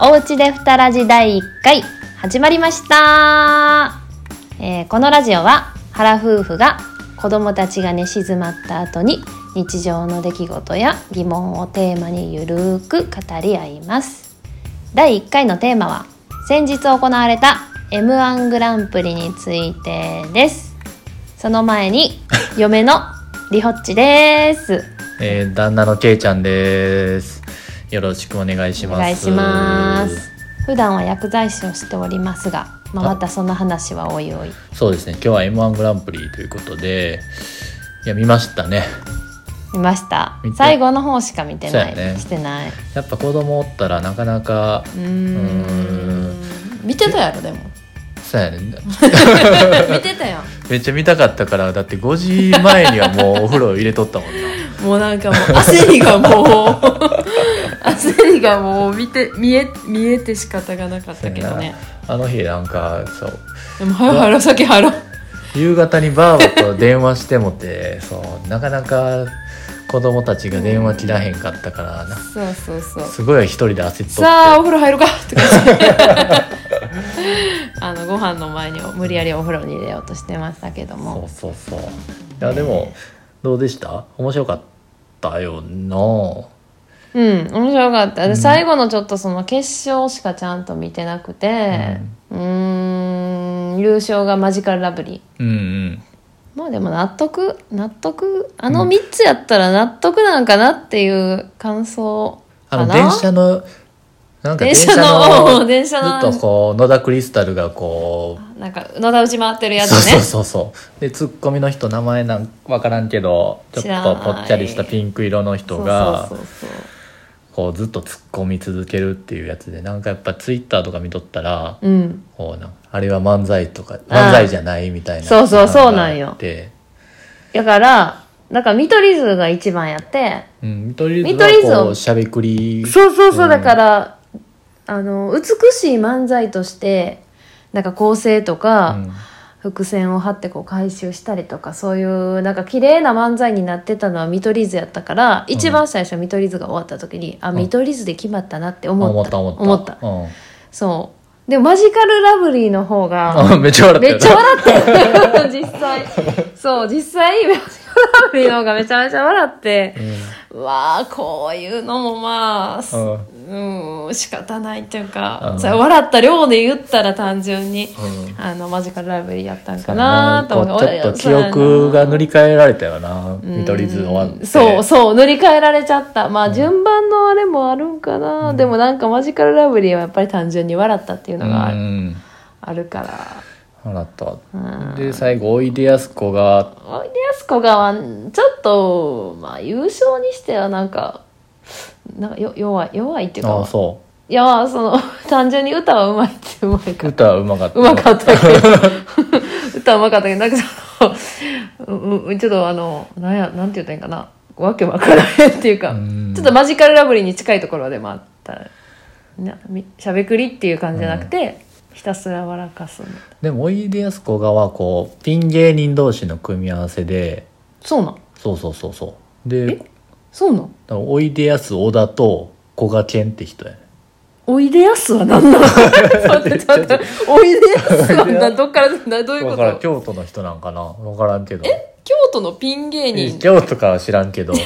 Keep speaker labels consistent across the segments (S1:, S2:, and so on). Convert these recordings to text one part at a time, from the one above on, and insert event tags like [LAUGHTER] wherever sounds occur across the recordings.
S1: おうちでふたラジ第1回始まりました、えーこのラジオは原夫婦が子供たちが寝静まった後に日常の出来事や疑問をテーマにゆるーく語り合います第1回のテーマは先日行われた m 1グランプリについてですその前に嫁のリホッチです
S2: えー、旦那のけいちゃんです。よろしくお願いします。
S1: お願いします。普段は薬剤師をしておりますが、まあ、
S2: あ
S1: またその話はおいおい
S2: そうですね。今日は M1 グランプリということで、いや見ましたね。
S1: 見ました
S2: 見て
S1: 最後の方しか見てない、
S2: そうやね
S1: してない
S2: やっぱ子供おったらなかなか
S1: うーん見てたやろでも
S2: そうやねんな。
S1: [LAUGHS] 見てたやん
S2: めっちゃ見たかったから、だって5時前にはもうお風呂入れとったもん
S1: [LAUGHS]
S2: な。
S1: もうなんかもう焦りがもう [LAUGHS] 焦りがもう見て見え見えて仕方がなかっ
S2: そう
S1: た
S2: や
S1: け
S2: な
S1: どね
S2: あの日なんかそう
S1: でもはよはよ先はろ
S2: 夕方にばあばと電話してもてそうなかなか子供たちが電話切らへんかったからな、
S1: そうそうそう
S2: すごい一人で焦っとって
S1: さあお風呂入るかとか言って
S2: [LAUGHS]
S1: あのご飯の前に無理やりお風呂に入れようとしてましたけど
S2: そ
S1: も
S2: うそうそういやでもどうでした面白かった
S1: う
S2: よな
S1: ん面白かった、で
S2: うん
S1: 最後のちょっとその決勝しかちゃんと見てなくてうーん優勝がマジカルラブリー
S2: うんうん
S1: まあでも納得納得あの3つやったら納得なんかなっていう感想
S2: あ
S1: か
S2: の
S1: な
S2: 電車のなんか
S1: 電
S2: 電
S1: 車
S2: 車
S1: の
S2: の
S1: [LAUGHS] 電車の
S2: ずっとこう野田クリスタルがこう
S1: なんか野田打ち回ってるやつ
S2: そう
S1: ね
S2: そうそうそうでツッコミの人名前なんわからんけどちょっ
S1: 知ら
S2: と
S1: ない
S2: ぽっちゃりしたピンク色の人が
S1: そうそうそうそう
S2: こうずっとツッコみ続けるっていうやつでなんかやっぱツイッターとか見とったら
S1: うん
S2: こうなあれは漫才とか漫才じゃないみたいな
S1: そうそうそうなんよ
S2: で
S1: だから、だから見取り図が一番やって、
S2: うん、見取り
S1: 見
S2: 図
S1: 取り図
S2: はこ
S1: を
S2: うしゃべくり
S1: そうそうそう、
S2: うん
S1: だから、あの、美しい漫才として、なんか構成と
S2: う
S1: か、
S2: ん
S1: 伏線を張ってこう回収したりとか、そういう、なんか綺麗な漫才になってたのは見取り図やったから、一番最初見取り図が終わった時に、あ、
S2: うん
S1: 見取り図で決まったなって思
S2: 思
S1: っ。
S2: ったた思ったうん
S1: そう。でもマジカルラブリーの方が、
S2: [LAUGHS] あめっちゃ笑った
S1: め
S2: よ
S1: っちゃ笑って [LAUGHS] 実際。そう、実際、マジカルラブリーの方がめちゃめちゃ笑って、うわあこういうのもまあす、
S2: うん
S1: うん、仕方ないっていう
S2: う
S1: か、
S2: ん
S1: それ笑った量で言ったら単純に、
S2: うんうん
S1: あのマジカルライブリーやったんか
S2: そうや
S1: な
S2: な
S1: と思
S2: こうちょっと記憶が塗り替えられたよな見取り図終わって
S1: そうそう塗り替えられちゃったまあ順番のあれもあるんかな、でもなんかマジカルラブリーはやっぱり単純に笑ったっていうのがある,、
S2: ん
S1: から
S2: 笑った
S1: うん
S2: で最後おいでやすこが
S1: おいでやすこがはちょっとまあ優勝にしてはなんかなんかよ弱い弱いっていうか
S2: ああそ
S1: いやまあその単純に歌はうまいってうまいから
S2: う歌はうまかった
S1: うまかったけど歌うまかったけどなんかそのううちょっとあのなんやなんて言ったらいいんかなわけわからへんっていうか
S2: うん
S1: ちょっとマジカルラブリーに近いところでもあったなみしゃべくりっていう感じじゃなくて、ひたすら笑かすみたいな
S2: でもおいでやすこがはこうピン芸人同士の組み合わせで
S1: そうなん
S2: そうそうそうそう
S1: え
S2: で
S1: そうなん
S2: だからおいでやす小田とこがけんって人やね
S1: おいでやすは何なのちょっと待ってちょっと待っておいでやすはなどっからなどういうこ
S2: だからん
S1: と
S2: 京都の人なんかな分からんけど
S1: 京都のピン芸人
S2: 京都かは知らんけど [LAUGHS]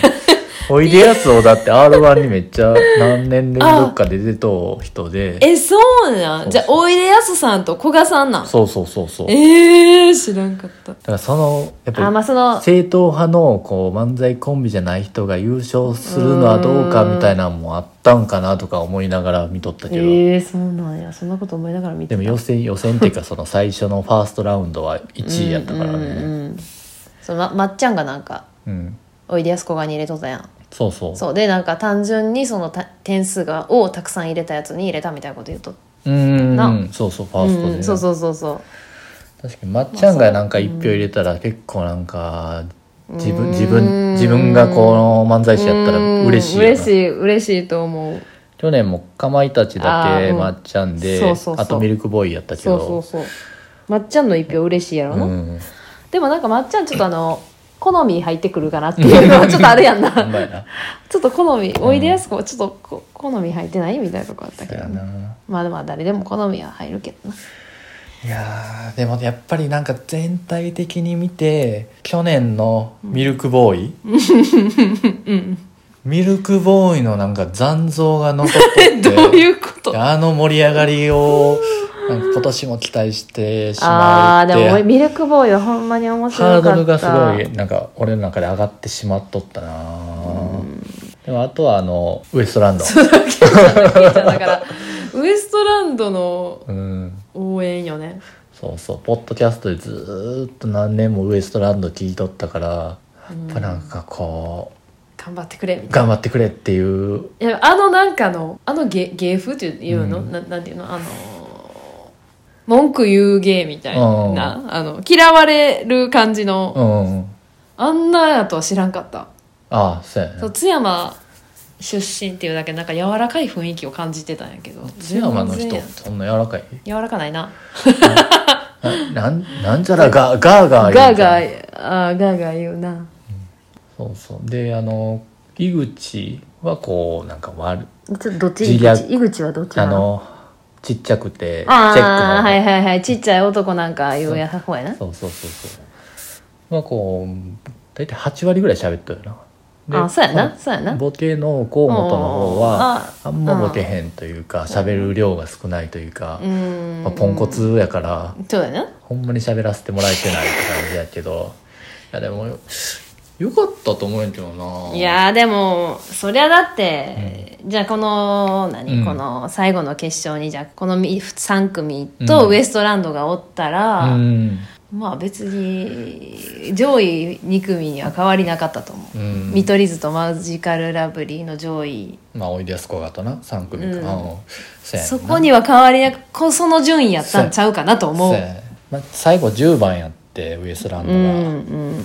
S2: おいでやすをだって r 1にめっちゃ何年連続かで出とう人で
S1: えそうなん
S2: そう
S1: じゃあおいでやすさんと古賀さんなん
S2: そうそうそうそうだ
S1: ええ知らんかった
S2: からそのやっ
S1: あま
S2: ぱ
S1: あその
S2: 正統派のこう漫才コンビじゃない人が優勝するのはどうかみたいなのもあったんかなとか思いながら見とったけど、
S1: ええそうなんやそんなこと思いながら見て
S2: で
S1: た
S2: も予選予選っていうかその最初のファーストラウンドは1位やったからね
S1: うんうんうんそのままっちゃんがなんか
S2: うん
S1: おいでやすこがに入れとったやん
S2: そうそう
S1: そうでなんか単純にそのた点数がをたくさん入れたやつに入れたみたいなこと言うと
S2: うん
S1: な
S2: うんそうそうファーストでね、
S1: うんうんそうそうそうそう
S2: 確かにまっちゃんがなんか1票入れたら結構なんか自
S1: うーん
S2: 分自分自分がこの漫才師やったら嬉しい
S1: うん
S2: よな
S1: 嬉しい嬉しいと思う
S2: 去年もかまいたちだ
S1: あー
S2: け
S1: うん
S2: まっちゃんで
S1: そうそうそう
S2: あとミルクボーイやったけ
S1: そう
S2: ど
S1: そうそうまっちゃんの一票嬉しいやろな、
S2: うん [CLEARS THROAT]
S1: でもなんかまっちゃんちょっとあの好み入ってくるかなっていう
S2: [LAUGHS]
S1: のはちょっとあれやんな
S2: ほんまや
S1: [LAUGHS]
S2: な
S1: ちょっと好みおいでやすこもちょっとこ好み入ってないみたいなとこあった
S2: そ
S1: けど
S2: や
S1: ね、
S2: な
S1: まあでも誰でも好みは入るけどない
S2: やーでもやっぱりなんか全体的に見て去年のミルクボーイ、ミルクボーイのなんか残像が残ってて
S1: [LAUGHS] [LAUGHS] どういうこと
S2: あの盛り上がりをなんか今年も期待してしま
S1: あ
S2: う
S1: あ
S2: って
S1: でも俺ミルクボーイはほんまに面白か
S2: ハー
S1: った
S2: ドルがすごいなんか俺の中で上がってしまっとったな、でもあとはあのウエスト
S1: [LAUGHS]
S2: ランド
S1: だからウエストランドの
S2: うん
S1: 応援よね
S2: そうそうポッドキャストでずーっと何年もウエストランド聞いとったからやっぱなんかこ
S1: 頑張ってくれみ
S2: う
S1: たい
S2: 頑張ってくれってい
S1: な
S2: う
S1: いやあのなんかのあの芸芸風っていうの、
S2: うん
S1: ななんていうのあの文句言う芸みたい
S2: うん
S1: なあの嫌われる感じの、
S2: うん
S1: あんなやとは知らんかった
S2: ああそうや
S1: そう
S2: ね
S1: 津山出身っていうだけなんか柔らかい雰囲気を感じてたんやけど
S2: 津山の
S1: 全
S2: 人
S1: 然
S2: そんな柔らかい
S1: 柔らかないな
S2: ななんなんじゃらガーガーガー言うじゃん
S1: ガーガーあーガーガー言うな
S2: そうそうであの井口はこうなんか悪
S1: ちょっとどっち
S2: 自虐
S1: 井口はどっち
S2: あ
S1: なの
S2: のちっちゃくてチェックの
S1: ああはいはいはいちっちゃい男なんかいうや方やな
S2: そうそうそうそうまあこう大体8割ぐらい喋っとるよな
S1: あそうやなそうやな
S2: ボケの河本の方は
S1: う
S2: あ
S1: ん
S2: んまボケへんというか喋る量が少ないというか
S1: う、ーん
S2: まあ、ポンコツやから
S1: そうだな
S2: ほんまに喋らせてもらえてないって感じやけどいやでもよよかったと思うんやけどない
S1: やーでもそりゃだって、じゃあこの何、
S2: うん
S1: この最後の決勝にじゃあこの3組と
S2: うん
S1: ウエストランドがおったら、
S2: うん
S1: まあ別に上位2組には変わりなかったと思う、
S2: うん
S1: 見取り図とマジカルラブリーの上位
S2: まあおいでやすこがとな3組か、
S1: うん
S2: うんそやねんな
S1: そこには変わりなくこその順位やったんちゃうかなと思う
S2: そやねんまあ、最後10番やってウエストランド
S1: う
S2: が、
S1: んうん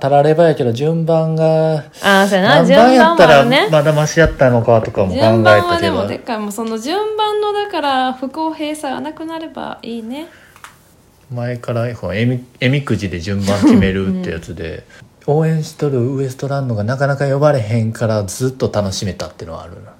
S2: たらればやけど順番が
S1: ああそうやな
S2: 何
S1: 順
S2: 番や
S1: 番
S2: っ
S1: も
S2: た
S1: あ
S2: ら
S1: るね
S2: まだマシやったのかとかも考え
S1: 順番は
S2: たけ
S1: でも
S2: ど
S1: でっかいもうその順番のだから不公平さがなくなればいいね
S2: 前からこうえみえみくじで順番決めるってやつで、応援しとるウエストランドがなかなか呼ばれへんからずっと楽しめたっていうのはあるな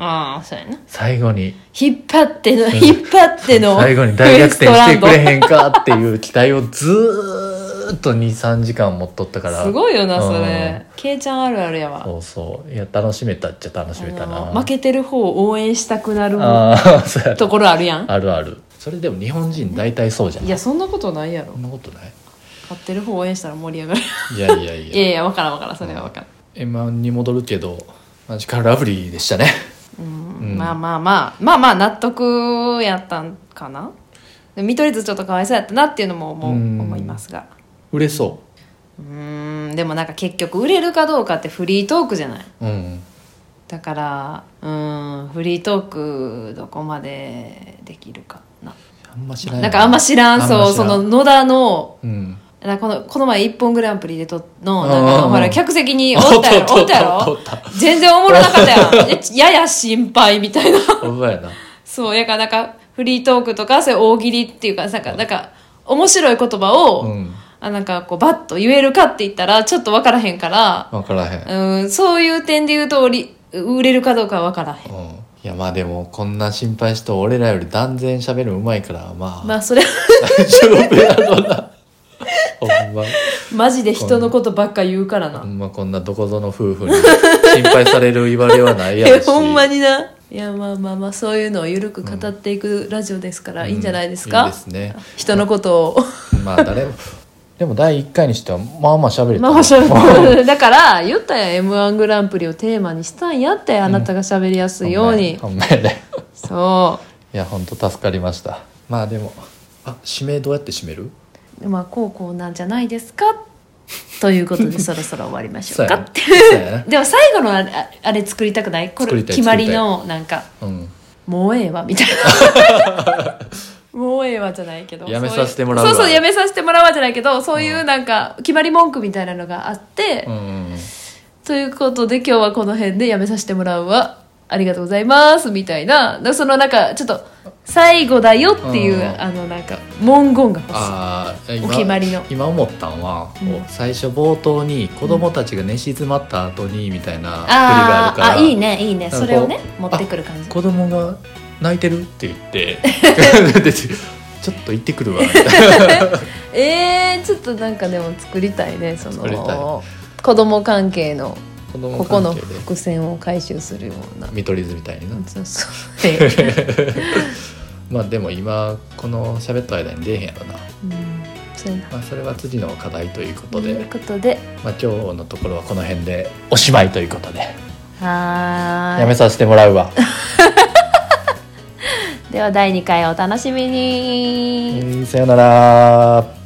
S1: ああそうやな
S2: 最後に
S1: 引っ張っての引っ張っての
S2: [LAUGHS] 最後に大逆転してくれへ
S1: ん
S2: んかっていう期待をずーっと23時間持っとったから
S1: すごいよなそ
S2: うん
S1: れけいちゃんあるあるやわ
S2: そうそういや楽しめたっちゃ楽しめた
S1: あ
S2: な
S1: の負けてる方を応援したくなる
S2: ああそうや
S1: ところあるやん
S2: あるあるそれでも日本人大体そうじゃん
S1: いやそんなことないやろ
S2: そんなことない
S1: 勝ってる方応援したら盛り上がる [LAUGHS]
S2: いやいやい
S1: い
S2: や
S1: やいや分からん分からんそれは分からん
S2: M1 に戻るけどマジカルラブリーでしたね
S1: うんまあまあまあまあまあ納得やったんかなで見取り図ちょっとかわいそうやったなっていうのも思う
S2: うん
S1: 思いますが
S2: 売れそう
S1: ーんでもなんか結局売れるかどうかってフリートークじゃないう
S2: うん
S1: だからうーんフリートークどこまでできるかな
S2: あんま知らない
S1: なんかあんま知らんそうその野田の
S2: うん
S1: なこのこの前「一本グランプリ」でとのなんか
S2: うんうんうん
S1: ほら客席におったやろお
S2: お
S1: っ
S2: ったた
S1: や
S2: お
S1: ろ
S2: ったおった
S1: 全然おもろなかったやんえやや心配みたいな
S2: ほんまやな
S1: そうやからなんかフリートークとかそういう大喜利っていうかなんかなんか面白い言葉を、
S2: うん
S1: あなんかこうバッと言えるかって言ったらちょっと分からへんから、
S2: 分からへん
S1: うん、そういう点で言うとおり売れるかどうかは分からへん
S2: うんいやまあでもこんな心配して俺らより断然喋るのうまいからまあ
S1: まあそれ
S2: 大丈夫やろな [LAUGHS] ほんま
S1: [LAUGHS] マジで人のことばっか言うからな
S2: ほんまこんなどこぞの夫婦に心配される言われはないや
S1: え
S2: ろ
S1: [LAUGHS]
S2: し
S1: ほんまにないやまあまあまあそういうのをゆるく語っていくラジオですから、いいんじゃないですか、
S2: うんいいですね
S1: 人のことを
S2: [LAUGHS] まあ誰もでも第1回にしてはまあまあ喋れた
S1: まあまあしゃ [LAUGHS] べだから言ったやん m 1グランプリをテーマにしたんやってあなたが喋りやすいように、
S2: ほんまやね
S1: そ
S2: いや本当助かりましたまあでもあ指名どうやって締める
S1: うまあこうこうなんじゃないですかということ
S2: [LAUGHS]
S1: でそろそろ終わりましょうか
S2: な
S1: って
S2: そうやな
S1: [LAUGHS] でも最後のあれああれ作りたくないこ
S2: 作
S1: れ
S2: りたい
S1: 決まりのなんか
S2: うん
S1: 「もうええわ」みたい
S2: [LAUGHS]
S1: な「もうええわ」じゃないけど
S2: やめさせてもらうわ
S1: そういうそうそうやめさせてもらうわじゃないけどそういうなんか決まり文句みたいなのがあって、
S2: うんうんうん
S1: ということで今日はこの辺でやめさせてもらうわありがとうございますみたいなだからそのなんかちょっと最後だよっていう、
S2: うん
S1: あのなんか文言が欲しい
S2: あー今
S1: お決まりの
S2: 今思ったんは、こう
S1: うん
S2: 最初冒頭に子供たちが寝静まった後にみたいな振りがあ
S1: あ
S2: る
S1: ー
S2: から、
S1: あいいねいいね
S2: なんかこ
S1: そうれをね持ってくる感じ
S2: 子供が泣いてるって言って
S1: [LAUGHS]
S2: でちょっと行ってくるわみたいな
S1: えー、ちょっとなんかでも作りたいねそ
S2: 作りたい
S1: の子供関係の
S2: 子供
S1: ここの
S2: 関係で
S1: 伏線を回収するような
S2: 見取り図みたいにな
S1: そうそう [LAUGHS]
S2: まあでも今この喋った間に出えへんやろな、
S1: うんそういうの
S2: まあ、それは次の課題ということ
S1: と
S2: で、
S1: いうことで
S2: まあ、今日のところはこの辺でおしまいということで、
S1: はーい
S2: やめさせてもら
S1: [LAUGHS]
S2: うわ、
S1: では第2回お楽しみ
S2: う
S1: に、
S2: んさよなら